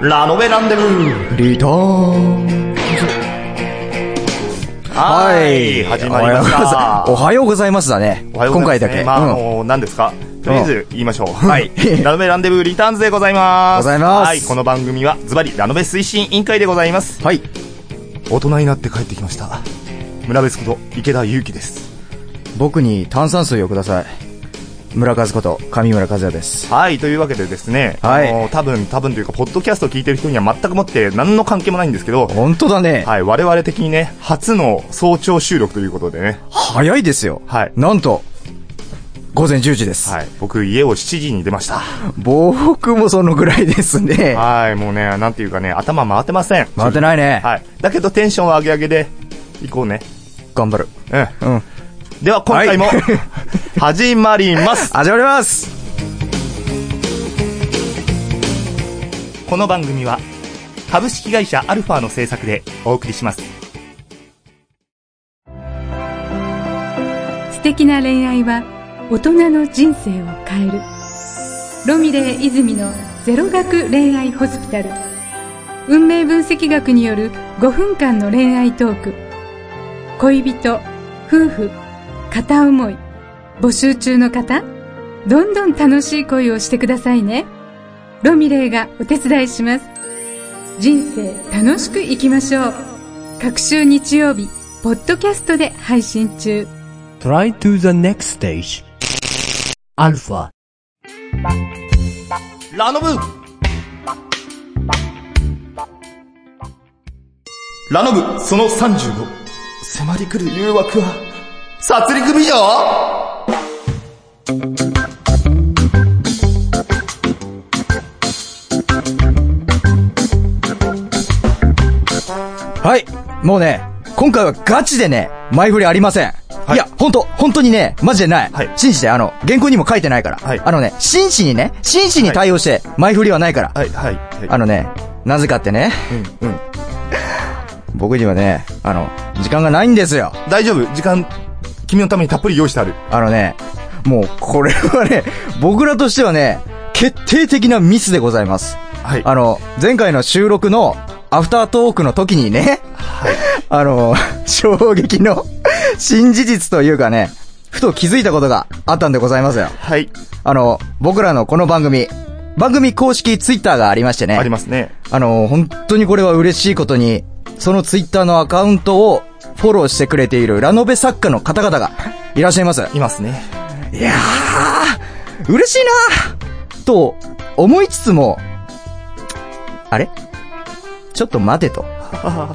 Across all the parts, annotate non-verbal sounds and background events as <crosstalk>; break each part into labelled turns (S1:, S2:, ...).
S1: ラノベランデブー
S2: リターンはい。
S1: 始まりました
S2: おはようございますだね。
S1: おはようご
S2: 今
S1: ざいます
S2: 回だけ。
S1: まあ、あ
S2: うん
S1: の、何ですかとりあえず言いましょう。はい。
S2: うん
S1: <laughs> ラノベランデブーリターンズでございます。
S2: <laughs> ございます
S1: はい。この番組は、ズバリラノベ推進委員会でございます。
S2: はい。
S1: 大人になって帰ってきました。村別こと池田祐希です。
S2: 僕に炭酸水をください。村和こと、上村和也です。
S1: はい。というわけでですね、
S2: はい
S1: あの、多分、多分というか、ポッドキャストを聞いてる人には全くもって何の関係もないんですけ
S2: <laughs>
S1: ど、
S2: 本当だね。
S1: はい。我々的にね、初の早朝収録ということでね。
S2: 早いですよ。
S1: はい
S2: なんと、午前10時です。
S1: はい。僕、家を7時に出ました。
S2: 僕もそのぐらいですね。
S1: はい、もうね、なんていうかね、頭回ってません。
S2: 待てないね。
S1: はい。だけどテンションは上げ上げで、行こうね。
S2: 頑張る。
S1: うん。
S2: うん。
S1: では、今回も、
S2: はい
S1: <laughs> 始まります。
S2: 始まります
S1: この番組は、株式会社アルファの制作でお送りします。
S3: 素敵な恋愛は大人の人生を変えるロミレー泉のゼロ学恋愛ホスピタル運命分析学による5分間の恋愛トーク恋人夫婦片思い募集中の方どんどん楽しい恋をしてくださいねロミレーがお手伝いします人生楽しく生きましょう各週日曜日ポッドキャストで配信中
S4: Try to the next stage. Alpha.
S1: ラノブラノブ、その35。迫り来る誘惑は、殺戮美女
S2: はい。もうね、今回はガチでね、前振りありません。
S1: はい
S2: い、や、本当本当にね、マジでない。
S1: はい
S2: 真摯で、あの、原稿にも書いてないから。
S1: はい
S2: あのね、真摯にね、真摯に対応して、前振りはないから。
S1: はい、はい、はい。
S2: あのね、なぜかってね、
S1: うん、うん。
S2: 僕にはね、あの、時間がないんですよ。
S1: 大丈夫、時間、君のためにたっぷり用意してある。
S2: あのね、もう、これはね、僕らとしてはね、決定的なミスでございます。
S1: はい。
S2: あの、前回の収録の、アフタートークの時にね、 <laughs> あの、衝撃の、新事実というかね、ふと気づいたことがあったんでございますよ。
S1: はい。
S2: あの、僕らのこの番組、番組公式ツイッターがありましてね。
S1: ありますね。
S2: あの、本当にこれは嬉しいことに、そのツイッターのアカウントをフォローしてくれているラノベ作家の方々がいらっしゃいます。
S1: いますね。
S2: いやー、嬉しいなーと思いつつも、あれちょっと待て <laughs> と。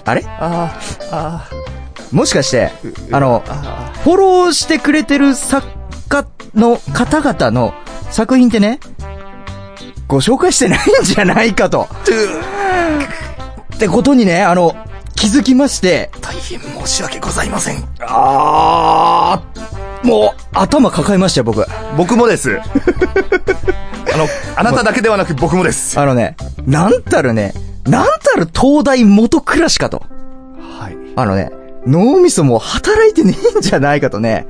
S2: あれ
S1: ああ、あ
S2: もしかして、あの、フォローしてくれてる作家の方々の作品ってね、ご紹介してないんじゃないかと。ってことにね、あの、気づきまして、
S1: 大変申し訳ございません。
S2: あー、もう頭抱えましたよ、僕。
S1: 僕もです。 <laughs> あの、あなただけではなく僕もです。
S2: あのね、なんたるね、なんたる東大元暮らしかと。
S1: はい。
S2: あのね、脳みそも働いてねえんじゃないかとね。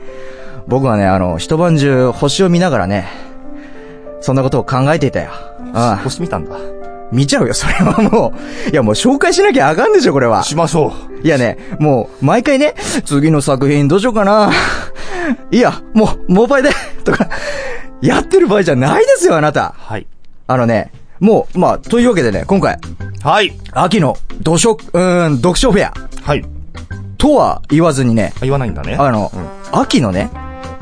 S2: 僕はね、あの、一晩中星を見ながらね、そんなことを考えていたよ。ああ、
S1: 星見たんだ。
S2: 見ちゃうよ、それはもう。いや、もう紹介しなきゃあかんでしょ、これは。
S1: しましょ
S2: いやね、もう、毎回ね、次の作品どうしようかな。いや、もう、モバイで、とか、やってる場合じゃないですよ、あなた
S1: う。。はい。
S2: あのね、もう、まあ、というわけでね、今回、
S1: はい。
S2: 秋の読書、うーん、読書フェア
S1: はい。
S2: とは言わずにね、
S1: あ言わないんだね。
S2: あの、秋のね、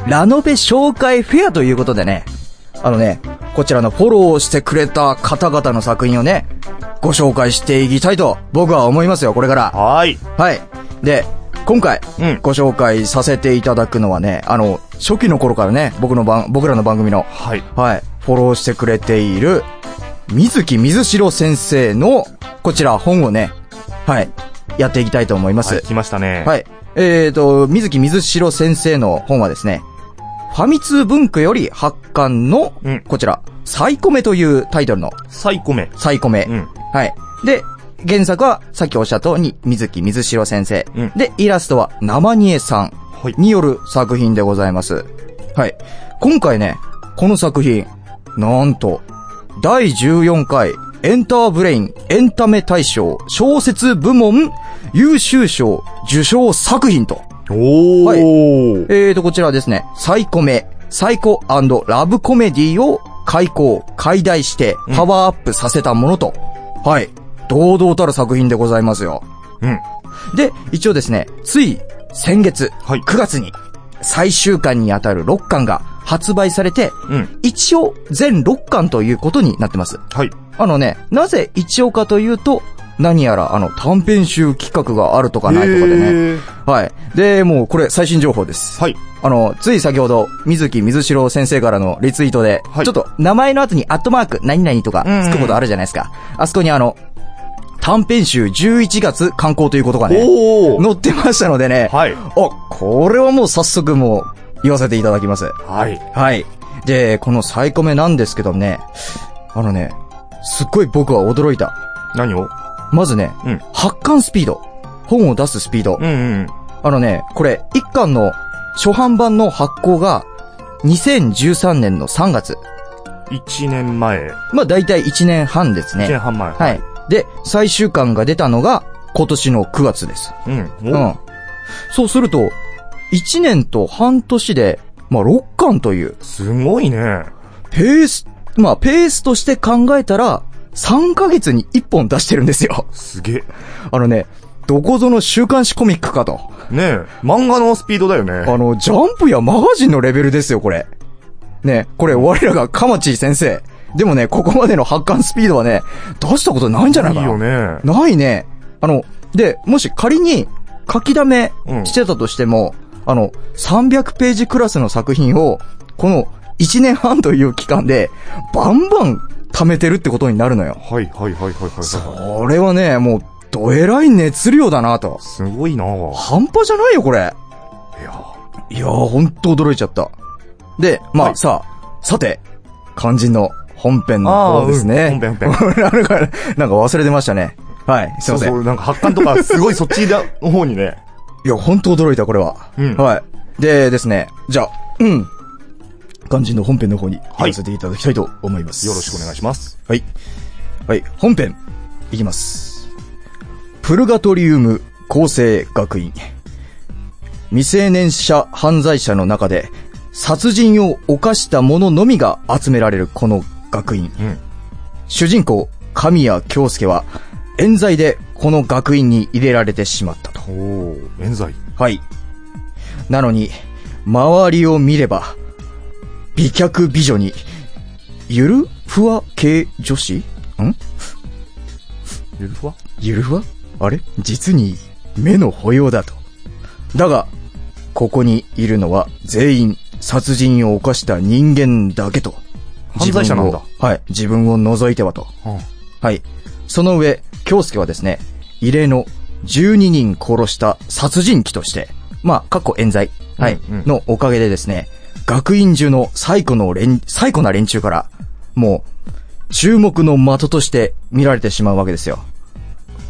S2: ラノベ紹介フェアということでね、あのね、こちらのフォローをしてくれた方々の作品をね、ご紹介していきたいと僕は思いますよ、これから。
S1: はい。
S2: はい。で、今回
S1: うん、
S2: ご紹介させていただくのはね、あの、初期の頃からね、僕の番、僕らの番組の、
S1: はい。
S2: はい、フォローしてくれている、水木水代先生の、こちら本をね、はい、やっていきたいと思います。
S1: はい。来ましたね。
S2: はい。えーと、水木水代先生の本はですね、ファミ通文庫より発刊の
S1: うん、
S2: こちら、サイコメというタイトルの
S1: サイコメ。
S2: サイコメ。
S1: うん。
S2: はい。で、原作は、さっきおっしゃった通り、水木水代先生。
S1: うん
S2: で、イラストは、生煮えさん
S1: はい。
S2: による作品でございます。はい。今回ね、この作品、なんと、第14回エンターブレイン、エンタメ大賞、小説部門、優秀賞、受賞作品と。
S1: おー。
S2: えーと、こちらはですね、サイコメ、サイコラブコメディを開講、解題して、パワーアップさせたものと、はい、堂々たる作品でございますよ。
S1: うん。
S2: で、一応ですね、つい先月、
S1: はい
S2: 9月に、最終巻にあたる6巻が発売されて、
S1: うん。
S2: 一応全6巻ということになってます。
S1: はい。
S2: あのね、なぜ一応かというと、何やらあの短編集企画があるとかないとかでね。
S1: へー
S2: はい。で、もうこれ最新情報です。
S1: はい。
S2: あの、つい先ほど、水木水代先生からのリツイートで、
S1: はい
S2: ちょっと名前の後にアットマーク何々とかつくことあるじゃないですか。あそこにあの、短編集11月刊行ということがね、
S1: おー。
S2: 載ってましたのでね、
S1: はい。
S2: あ、これはもう早速もう言わせていただきます。
S1: はい。
S2: はい。で、このサイコメなんですけどね、あのね、すっごい僕は驚いた。
S1: 何を
S2: まずね、
S1: うん
S2: 発刊スピード。本を出すスピード。
S1: うんうん。
S2: あのね、これ、一巻の初版版の発行が、2013年の3月。
S1: 1年前。
S2: まあ、だいたい1年半です
S1: 1年
S2: ね。
S1: 半前。
S2: はい。で、最終巻が出たのが、今年の9月です。
S1: うん。
S2: う
S1: お
S2: ん。そうすると、1年と半年で、まあ、6巻という、
S1: すごいね。
S2: ペース、まあ、ペースとして考えたら、3ヶ月に1本出してるんですよ。
S1: すげえ。
S2: あのね、どこぞの週刊誌コミックかと。
S1: ねえ、漫画のスピードだよ
S2: あ
S1: ね。
S2: の、ジャンプやマガジンのレベルですよ、これ。ね、これ、我らがカマチー先生。でもね、ここまでの発刊スピードはね、出したことないんじゃない
S1: い
S2: かな。
S1: よね。
S2: ないね。あの、で、もし仮に書き溜めしてたとしても、あの、300ページクラスの作品を、この1年半という期間で、バンバン貯めてるってことになるのよ。
S1: はいはいはいはいはいはい。
S2: これはね、もう、どえらい熱量だなと。
S1: すごいなぁ。
S2: 半端じゃないよ、これ。
S1: いや
S2: いやー、ほんと驚いちゃった。で、まあ、
S1: はい
S2: さあ、さて、肝心の本編の
S1: あ
S2: 方
S1: ー
S2: です
S1: う
S2: ね
S1: ん。本編
S2: <laughs> なんか、なんか忘れてましたね。はい、す
S1: そ
S2: いま
S1: う
S2: せん。
S1: そう、なんか発刊とか、すごいそっちだの方に
S2: <laughs>
S1: ね。
S2: いや、ほんと驚いた、これは。
S1: うん
S2: はい。でですね、じゃあ、うん。肝心の本編の方に行かせていただきたいと思います。
S1: よろしくお願いします。
S2: はい。はい、本編、いきます。プルガトリウム厚生学院。未成年者犯罪者の中で、殺人を犯した者のみが集められるこの学院。
S1: うん
S2: 主人公、神谷京介は、冤罪でこの学院に入れられてしまったと。
S1: おー、冤罪。
S2: はい。なのに、周りを見れば、美脚美女に、ゆるふわ系女子ん
S1: ゆるふわ
S2: ゆるふわあれ実に、目の保養だと。だが、ここにいるのは全員殺人を犯した人間だけと。
S1: 犯罪者なんだ
S2: 自分をはい。自分を除いてはと。はい。その上、京介はですね、異例の12人殺した殺人鬼として、まあ、過去冤罪、はい、
S1: うんうん
S2: のおかげでですね、学院中の最古の連、最古な連中から、もう、注目の的として見られてしまうわけですよ。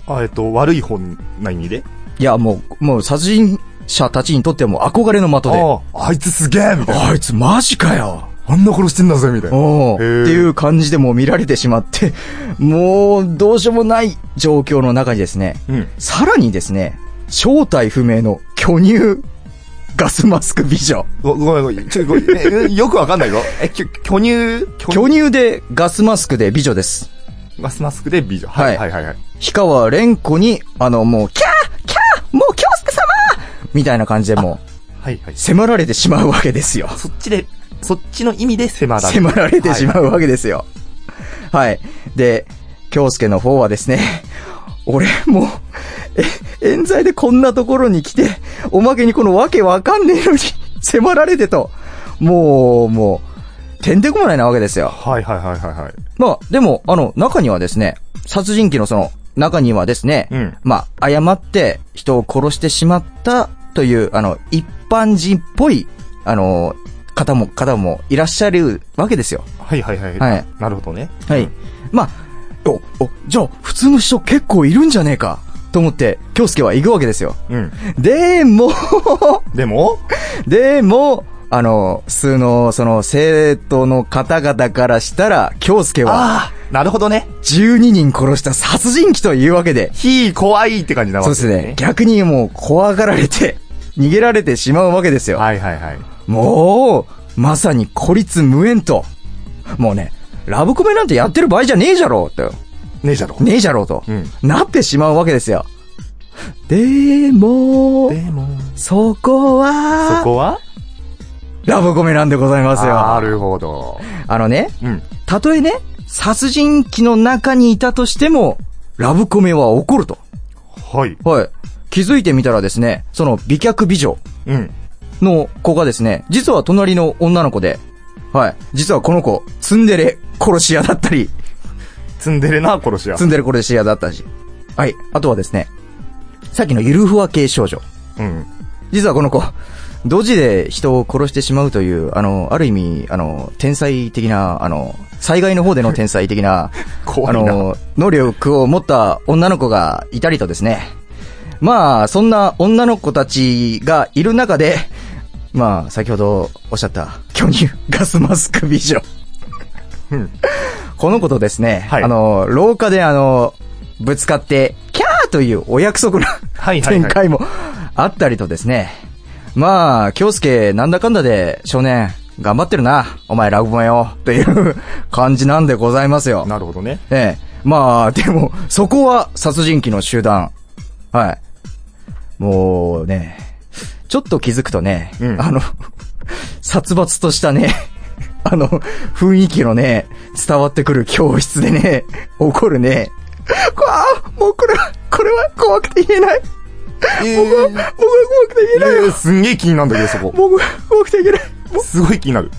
S1: あ、えっと、悪い方な意味で
S2: いや、もう、もう殺人者たちにとってはもう憧れの的で、
S1: ああ、あいつすげえみたいな。
S2: あいつマジかよ
S1: あんな殺してんだぜみたいな。
S2: おおって
S1: へー
S2: いう感じでもう見られてしまって、 <laughs> もうどうしようもない状況の中にですね、
S1: うん。
S2: さらにですね、正体不明の巨乳ガスマスク美女。
S1: ごごめんごめん。ちょ、ごめんええよくわかんないよ。え、きょ巨乳
S2: 巨乳でガスマスクで美女です。
S1: ガスマスクで美女。
S2: は
S1: はいいはいはいはい。
S2: 氷川蓮子に、あの、もう、キャーキャーもう京介様みたいな感じでも、。
S1: はいはいう
S2: 迫られてしまうわけですよ。
S1: そっちで、そっちの意味で迫られる。
S2: 迫られてしま
S1: は
S2: うわけですよ。はい。で、京介の方はですね、 <laughs> 俺、もう、え、冤罪でこんなところに来て、おまけにこのわけわかんねえのに、 <laughs> 迫られてと、もう、もう、てんてこまいなわけですよ。
S1: い。はいはいはいはいはい。
S2: まあ、でも、あの、中にはですね、殺人鬼のその、中にはですね、
S1: うん
S2: まあ、誤って人を殺してしまったという、あの、一般人っぽい、あの、方も、方もいらっしゃるわけですよ。
S1: はいはいはい。
S2: はい
S1: なるほどね。
S2: はい。まあ、お、お、じゃあ、普通の人結構いるんじゃねえか、と思って、京介は行くわけですよ。
S1: うん。
S2: でも、 <laughs>
S1: でも、
S2: でも、あの、普通の、その、生徒の方々からしたら、京介は、
S1: あなるほどね。
S2: 12人殺した殺人鬼というわけで、
S1: ひー怖いって感じなわ
S2: そ
S1: け
S2: うですね。。逆にもう怖がられて、 <laughs> 逃げられてしまうわけですよ。
S1: はいはいはい。
S2: もう、まさに孤立無縁と。もうね、ラブコメなんてやってる場合じゃねえじゃろうと。
S1: ねえじゃろ。
S2: ねえじゃろうと。
S1: うん
S2: なってしまうわけですよ。でも、
S1: も、
S2: そこは、
S1: そこは
S2: ラブコメなんでございますよ。
S1: な
S2: あ
S1: るほど。
S2: のね、
S1: うん。
S2: たとえね、殺人鬼の中にいたとしても、ラブコメは起こると。
S1: はい。
S2: はい。気づいてみたらですね、その美脚美女
S1: うん。
S2: の子がですね、実は隣の女の子で、はい。実はこの子、ツンデレ殺し屋だったり、
S1: ツンデレな殺し屋。
S2: ツンデレ殺し屋だったし。はい。あとはですね、さっきのゆるふわ系少女。
S1: うん。
S2: 実はこの子、ドジで人を殺してしまうという、あの、ある意味、あの、天才的な、あの、災害の方での天才的な、
S1: 怖
S2: あ
S1: いな
S2: の、能力を持った女の子がいたりとですね。まあ、そんな女の子たちがいる中で、まあ、先ほどおっしゃった、巨乳ガスマスク美女。
S1: うん
S2: この子とですね、
S1: はい
S2: あの、廊下であの、ぶつかって、キャーというお約束の
S1: はいはいはい
S2: 展開もあったりとですね。まあ、京介、なんだかんだで、少年、頑張ってるな、お前ラグマよ、という感じなんでございますよ。
S1: なるほどね。
S2: ええ。まあ、でも、そこは殺人鬼の集団。はい。もうね、ちょっと気づくとね、
S1: うん
S2: あの、殺伐としたね、 <laughs> あの、雰囲気のね、伝わってくる教室でね、怒るね、ああ、もうこれは、これは怖くて言えない。
S1: え
S2: 僕は怖くて言えないよ。
S1: ー、すんげえ気になるんだけど、そこ。
S2: 僕は怖くて言えない。
S1: すごい気になる。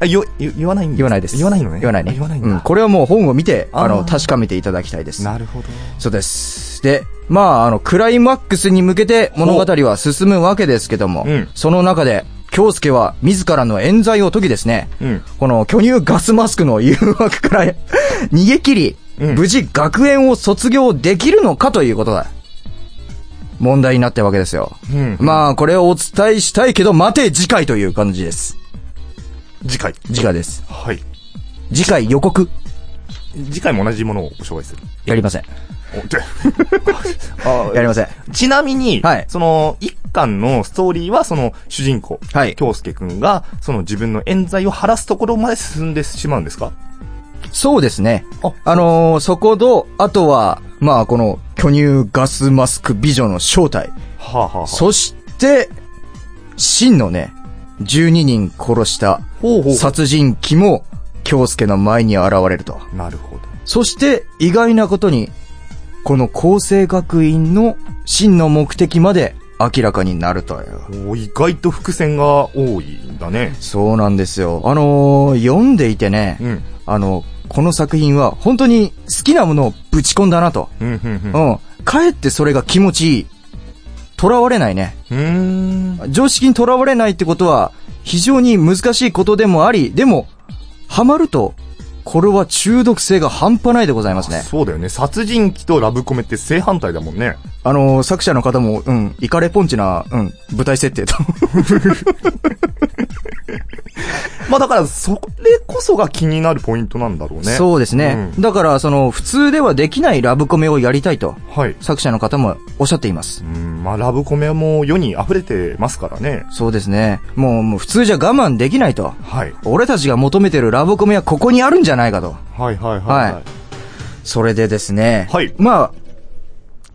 S1: あ、よ、よ言わないん
S2: 言わないです。
S1: 言わないのね。
S2: 言わないね。
S1: あ言わないん
S2: うん。
S1: だ。
S2: これはもう本を見て、あ
S1: あ
S2: の、
S1: ー
S2: 確かめていただきたいです。
S1: なるほど。
S2: そうです。で、まあ、あの、クライマックスに向けて物語は進むわけですけども、
S1: うん
S2: その中で、京介は自らの冤罪を解きですね、
S1: うん
S2: この巨乳ガスマスクの誘惑から <laughs> 逃げ切り、
S1: うん
S2: 無事学園を卒業できるのかということだ。問題になったわけですよ。
S1: うん
S2: まあ、これをお伝えしたいけど、待て次回という感じです。
S1: 次回。
S2: 次回です。
S1: はい。
S2: 次回予告
S1: 次回も同じものをご紹介する。
S2: やりません。
S1: おちょ
S2: やりません。
S1: <laughs> ちなみに、
S2: はい
S1: その、一巻のストーリーは、その、主人公、
S2: はい
S1: 京介くんが、その自分の冤罪を晴らすところまで進んでしまうんですか
S2: そうですね。
S1: あ
S2: あのーそこと、あとは、まあ、この、巨乳ガスマスク美女の正体。
S1: はあ、はあはあ、
S2: そして、真のね、12人殺した
S1: ほうほう
S2: 殺人鬼も、京介の前に現れると。
S1: なるほど。
S2: そして、意外なことに、この厚生学院の真の目的まで明らかになるという。
S1: お意外と伏線が多いんだね。
S2: そうなんですよ。あのー読んでいてね、
S1: うん。
S2: あの、この作品は本当に好きなものをぶち込んだなと。
S1: うん、うん、
S2: うん。かえってそれが気持ちいい。囚われないね。
S1: うん。うーん。
S2: 常識に囚われないってことは、非常に難しいことでもあり、でも、ハマると、これは中毒性が半端ないでございますね。
S1: そうだよね。殺人鬼とラブコメって正反対だもんね。
S2: あのー作者の方も、うん、イカレポンチな、うん、舞台設定と。
S1: まあだから、それこそが気になるポイントなんだろうね。
S2: そうですね。
S1: うん
S2: だから、その、普通ではできないラブコメをやりたいと、
S1: はい。
S2: 作者の方もおっしゃっています
S1: う。ん、まあラブコメも世に溢れてますからね。
S2: そうですね。もう、もう普通じゃ我慢できないと。
S1: はい。
S2: 俺たちが求めてるラブコメはここにあるんじゃないかと。
S1: はいはいはい、
S2: はいそれでですね。
S1: はい
S2: まあ、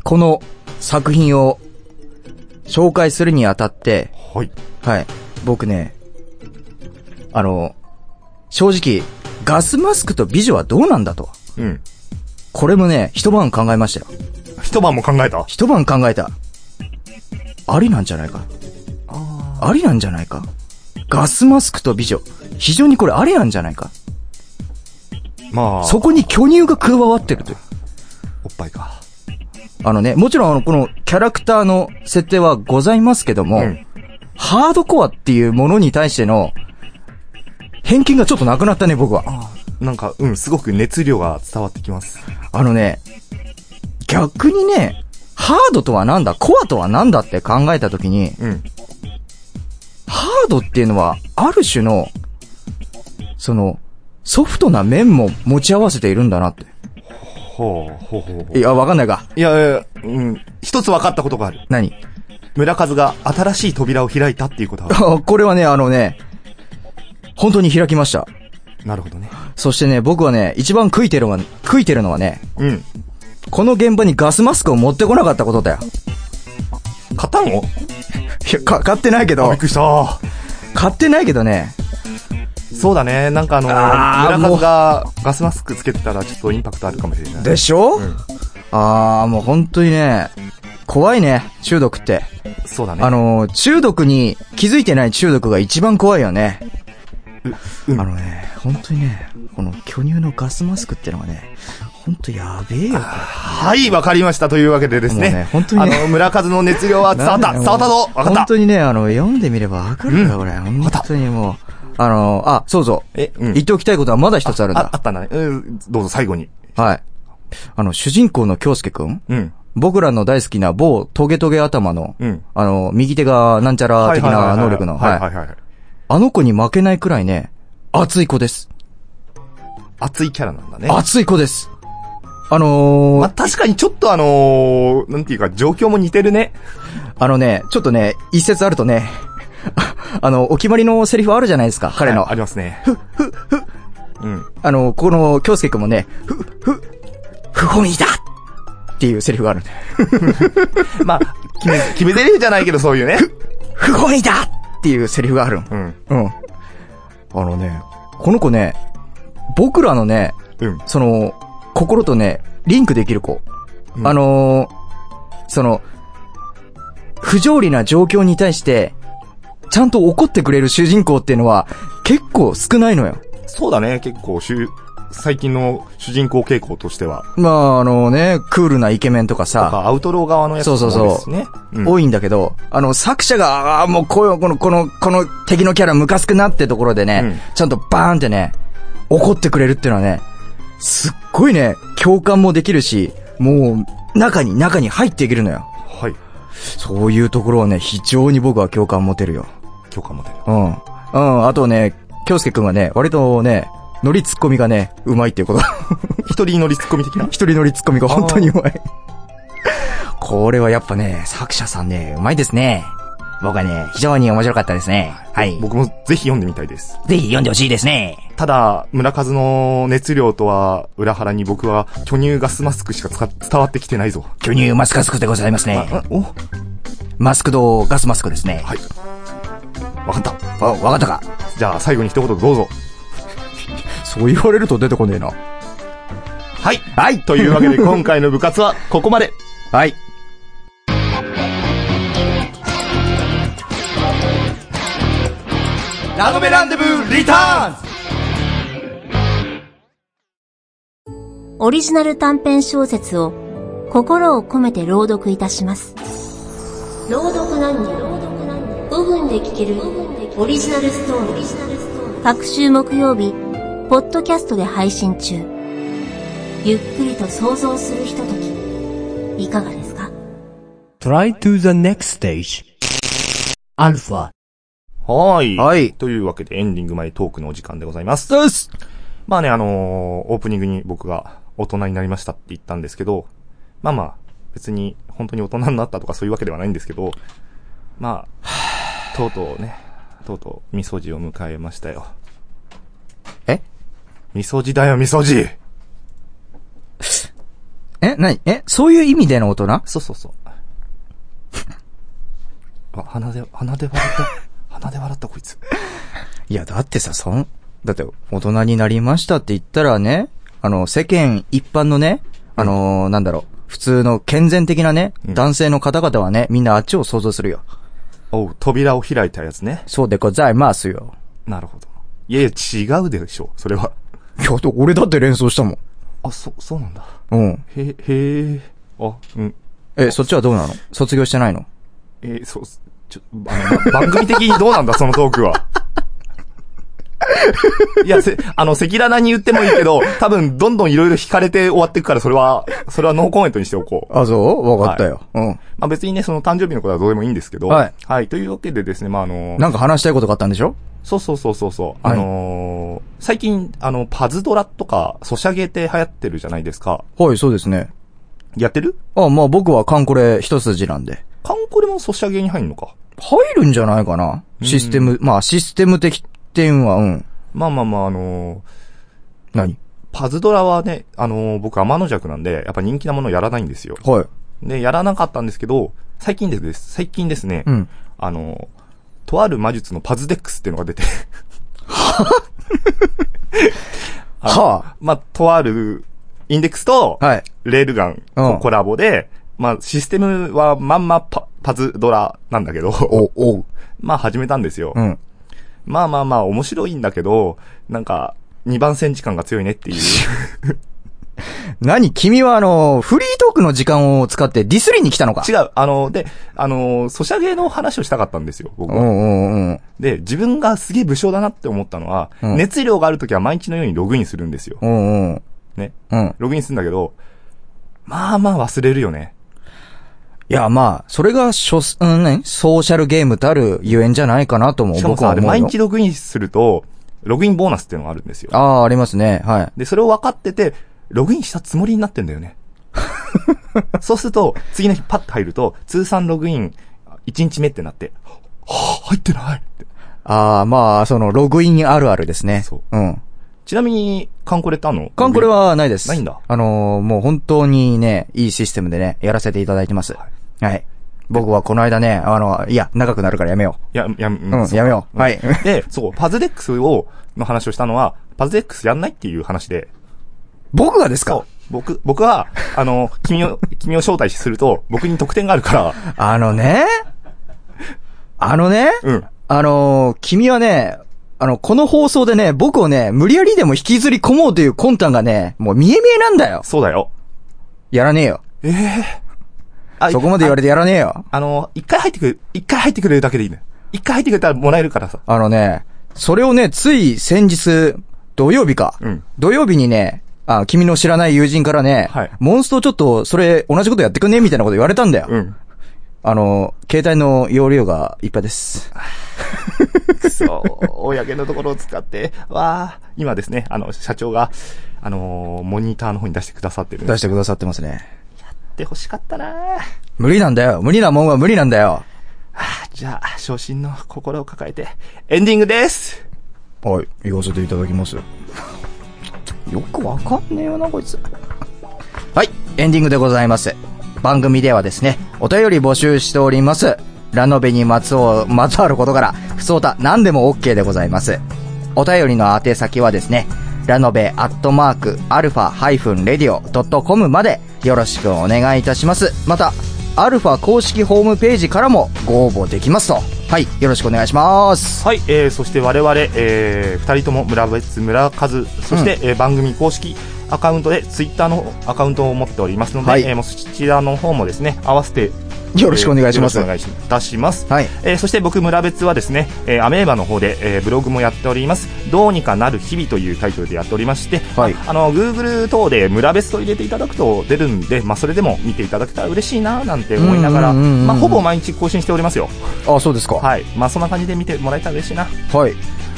S2: この作品を紹介するにあたって、
S1: はい。はい。
S2: はい。僕ね、あの、正直、ガスマスクと美女はどうなんだと。
S1: うん。
S2: これもね、一晩考えましたよ。
S1: 一晩も考えた
S2: 一晩考えた。ありなんじゃないか。ありなんじゃないか。ガスマスクと美女。非常にこれありなんじゃないか。
S1: まあ、
S2: そこに巨乳が加わってるという。
S1: おっぱいか。
S2: あのね、もちろんあの、このキャラクターの設定はございますけども、
S1: うん
S2: ハードコアっていうものに対しての、偏見がちょっとなくなったね、僕は。
S1: なんか、うん、すごく熱量が伝わってきます。
S2: あのね、逆にね、ハードとはなんだ、コアとはなんだって考えたときに、
S1: うん。
S2: ハードっていうのは、ある種の、その、ソフトな面も持ち合わせているんだなって。
S1: ほう、ほうほう。
S2: いや、わかんないか。
S1: いや、いやうん。一つ分かったことがある。
S2: 何 <laughs>
S1: 村数が新しい扉を開いたっていうことは。
S2: あこれはね、あのね、本当に開きました。
S1: <laughs> なるほどね。
S2: そしてね、僕はね、一番悔いてるのは、悔いてるのはね、
S1: うん。
S2: この現場にガスマスクを持ってこなかったことだよ。
S1: 買ったの
S2: いや、か、買ってないけ
S1: あ、
S2: ど
S1: びっ、くりした。
S2: 買ってないけどね、
S1: そうだね。なんかあの
S2: あー
S1: 村数がガスマスクつけてたらちょっとインパクトあるかもしれない。
S2: でしょ、あー、もう本当にね、怖いね、中毒って。
S1: そうだね。
S2: あの、中毒に、気づいてない中毒が一番怖いよね。
S1: う
S2: あのね、本当にね、この巨乳のガスマスクってのはね、本当やべえよ。
S1: はい、わかりました。というわけでですね。
S2: もうね本当にね
S1: あの、村数の熱量は伝わった。
S2: なんだ
S1: 伝
S2: よ
S1: わったぞわかっ
S2: 本
S1: た
S2: 当にね、あの、読んでみればわかるよ、これ。本当にもう。あの、あ、そうそう。
S1: えうん
S2: 言っておきたいことはまだ一つあるん
S1: あ、あ
S2: だ。
S1: ったんだね。うん、どうぞ最後に。
S2: はい。あの、主人公の京介くん
S1: うん。
S2: 僕らの大好きな某トゲトゲ頭の、
S1: うん
S2: あの、右手がなんちゃら的な能力の、
S1: はいは
S2: はいい。
S1: はいはい。
S2: あの子に負けないくらいね、熱い子です。
S1: 熱いキャラなんだね。
S2: 熱い子です。あの
S1: まあ、
S2: ー、
S1: 確かにちょっとあのー、なんていうか、状況も似てるね。
S2: あのね、ちょっとね、一説あるとね、 <laughs> ああの、お決まりのセリフあるじゃないですか、彼の。
S1: はいありますね。ふ、ふ、ふ。うん。
S2: あの、ここの、京介くんもね、ふ、ふ、不本意だっていうセリフがあるんだよ。
S1: まあ、決 <laughs> め、決め台詞じゃないけどそういうね。
S2: 不本意だっていうセリフがあるの
S1: うん。
S2: うん。あのね、この子ね、僕らのね、
S1: うん。
S2: その、心とね、リンクできる子。
S1: うん
S2: あのーその、不条理な状況に対して、ちゃんと怒ってくれる主人公っていうのは、結構少ないのよ。
S1: そうだね、結構、しゅ最近の主人公傾向としては。
S2: まあ、あのね、クールなイケメンとか
S1: と
S2: さ、
S1: か、アウトロー側のやつも
S2: そうそ
S1: 多
S2: う
S1: い
S2: そう
S1: ですね。うん
S2: 多いんだけど、あの、作者が、ああ、もうこういう、この、この、この敵のキャラムカつくなってところでね、ちゃんとバーンってね、怒ってくれるっていうのはね、すっごいね、共感もできるし、もう、中に、中に入っていけるのよ。
S1: はい。
S2: そういうところはね、非常に僕は共感持てるよ。
S1: 許可持てる。
S2: うん。うん、あとね、京介くんはね、割とね、ノリツッコミがね、うまいっていうこと。
S1: 一人乗りツッコミ的な
S2: 一人ノリツッコミが本当にうまい。これはやっぱね、作者さんね、うまいですね。僕はね、非常に面白かったですね。はい。
S1: 僕もぜひ読んでみたいです。
S2: ぜひ読んでほしいですね。
S1: ただ、村数の熱量とは裏腹に僕は巨乳ガスマスクしか使っ伝わってきてないぞ。
S2: 巨乳マスカスクでございますね。
S1: あ、おは
S2: マスクドガスマスクですね。
S1: い。わかった。
S2: あ、わかったか。
S1: じゃあ最後に一言どうぞ。
S2: そう言われると出てこねえな。
S1: はい。
S2: はい
S1: <laughs> というわけで今回の部活はここまで。
S2: はい。
S1: ラノベランデブーリターンズ
S5: オリジナル短編小説を心を込めて朗読いたします。朗読何人5分で聞けるオリジナルストーリー。各週木曜日、ポッドキャストで配信中。ゆっくりと想像するひととき、いかがですか
S4: Try to the next stage. Alpha.
S1: はーい。
S2: はい
S1: というわけでエンディング前トークのお時間でございます。
S2: そうっす。
S1: まあね、あのーオープニングに僕が大人になりましたって言ったんですけど、まあまあ、別に本当に大人になったとかそういうわけではないんですけど、まあ、 <sighs> とうとうね、とうとう、みそじを迎えましたよ。
S2: え
S1: みそじだよ、みそじ
S2: え、なにえ、そういう意味での大人
S1: そうそうそう。 <laughs> あ、鼻で、鼻で笑った。鼻で笑った、こいつ。
S2: いや、だってさ、そん、だって、大人になりましたって言ったらね、あの、世間一般のね、あのーなんだろう、普通の健全的なね、
S1: うん
S2: 男性の方々はね、みんなあっちを想像するよ。
S1: おう、扉を開いたやつね。
S2: そうでございますよ。
S1: なるほど。いやいや、違うでしょ、それは。
S2: いや、だ俺だって連想したもん。
S1: あ、そ、そうなんだ。
S2: うん。
S1: へ、へえ。あ、うん。
S2: え、そっちはどうなの卒業してないの
S1: え <laughs> ーそう、ちょ、あの、ば番組的にどうなんだ、そのトークは。 <laughs> いや、せあの、赤裸々に言ってもいいけど、多分、どんどんいろいろ惹かれて終わっていくから、それは、それはノーコメントにしておこう。
S2: あ、そうわかったよ。
S1: まあ別にね、その誕生日のことはどうでもいいんですけど、
S2: はい。
S1: というわけでですね、まああの
S2: うん。、なんか話したいことがあったんでしょ
S1: そうそうそうそうそう、あのー最近、あの、パズドラとか、ソシャゲって流行ってるじゃないですか。
S2: はい、そうですね。
S1: やってる
S2: あ、まあ僕はカンコレ一筋なんで。
S1: カンコレもソシャゲに入るのか。
S2: 入るんじゃないかなシステム、まあシステム的点は、うん。
S1: まあまあまあ、あのー
S2: 何
S1: パズドラはね、あのー僕天の弱なんで、やっぱ人気なものをやらないんですよ。
S2: はい。
S1: で、やらなかったんですけど、最近ですです、最近ですね、
S2: うん。
S1: あの、とある魔術のパズデックスっていうのが
S2: <laughs>
S1: 出て。は
S2: は
S1: まあ、とあるインデックスと
S2: あ。、はい。
S1: レールガン、
S2: うん
S1: コラボで、まあ、システムはまんまパパズドラなんだけど、
S2: お、おう。
S1: <laughs> まあ始めたんですよ。
S2: うん。
S1: まあまあまあ面白いんだけど、なんか、2番線時間が強いね
S2: <laughs>
S1: っていう。
S2: 何君はあの、フリートークの時間を使ってディスりに来たのか
S1: 違う、あの、で、あの、ソシャゲの話をしたかったんですよ、僕
S2: う
S1: は。
S2: んうんうん。
S1: で、自分がすげえ武将だなって思ったのは、
S2: うん
S1: 熱量があるときは毎日のようにログインするんですよ。
S2: うんうん。
S1: ね。
S2: うん。
S1: ログインするんだけど、まあまあ忘れるよね。
S2: いや、まあ、それが、しょ、うんね、ソーシャルゲームたるゆえんじゃないかなとも
S1: しかも
S2: 僕は
S1: さ、で
S2: 思う
S1: 毎
S2: よ。
S1: 日ログインすると、ログインボーナスっていうのがあるんですよ。
S2: ああ、ありますね。はい。
S1: で、それを分かってて、ログインしたつもりになってんだよ
S2: <laughs>
S1: ね。そうすると、次の日パッと入ると、通算ログイン1日目ってなって、はぁ、入ってないって。
S2: ああ、まあ、その、ログインあるあるですね。。
S1: そう
S2: うん。
S1: ちなみに、カンコレってあんの
S2: カンコレ。はないです。
S1: ないんだ
S2: あのーもう本当にね、いいシステムでね、やらせていただいてます。はい。僕はこの間ね、あの、いや、長くなるからやめよ
S1: いや、いや、う
S2: う。うん、
S1: ん、
S2: やめよう。はい。
S1: <laughs> で、そう、パズデックスを、の話をしたのは、パズデックスやんないっていう話で、
S2: 僕がです
S1: そ
S2: か
S1: う、僕、僕は、あの、君を、 <laughs> 君を招待すると、僕に得点があるから、
S2: あのね、あのね、
S1: うん。
S2: あのー君はね、あの、この放送でね、僕をね、無理やりでも引きずり込もうという魂胆がね、もう見え見えなんだよ。
S1: そうだよ。
S2: やらねえよ。
S1: ええあ
S2: そこまで言われてやらねえよ。
S1: あの、一回入ってくる、一回入ってくれるだけでいいね。一回入ってくれたらもらえるからさ。
S2: あのね、それをね、つい先日、土曜日か。
S1: うん
S2: 土曜日にね、あ、君の知らない友人からね、
S1: はい
S2: モンストちょっと、それ、同じことやってくんねみたいなこと言われたんだよ。
S1: うん。
S2: あの、携帯の容量がいっぱいです。
S1: そう、公のところを使って、わあ、今ですね、あの、社長が、あのーモニターの方に出してくださってる。
S2: 出してくださってますね。
S1: て欲しかったなあ
S2: 無理なんだよ。無理なもんは無理なんだよ。
S1: じゃあ、昇進の心を抱えて、エンディングです
S2: はい、言わせていただきます。よくわかんねえよな、こいつ。はい、エンディングでございます。番組ではですね、お便り募集しております。ラノベにまつお、まつわることから、不相た何でも OK でございます。お便りの宛先はですね、ラノベアットマークアルファハイフンレディオドットコムまでよろしくお願いいたします。また、アルファ公式ホームページからもご応募できますと。はい、よろしくお願いします。
S1: はい、えー、そして我々、えー、2人とも村別村和そして、えー番組公式アカウントでツイッターのアカウントを持っておりますので、
S2: はい
S1: えーもうそちらの方もですね合わせて
S2: よろしくお願いします
S1: えーよろしくお願いいたします、
S2: はい。
S1: えーそして僕村別はですね、えーアメーバの方で、えーブログもやっておりますどうにかなる日々というタイトルでやっておりまして、
S2: はい
S1: ああの Google 等で村別と入れていただくと出るんで、まあ、それでも見ていただけたら嬉しいななんて思いながら
S2: うんうんうんうん
S1: まあほぼ毎日更新しておりますよ
S2: あ、そうですか。
S1: はいまあそんな感じで見てもらえたら嬉しいな
S2: はい。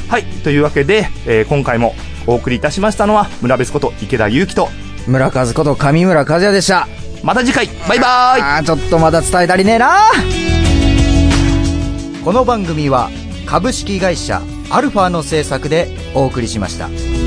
S1: はい、というわけで、えー今回もお送りいたしましたのは村別こと池田勇樹と
S2: 村和こと上村和也でした。
S1: また次回バイバーイ
S2: あーちょっとまだ伝え足りねえなこの番組は株式会社アルファの制作でお送りしました。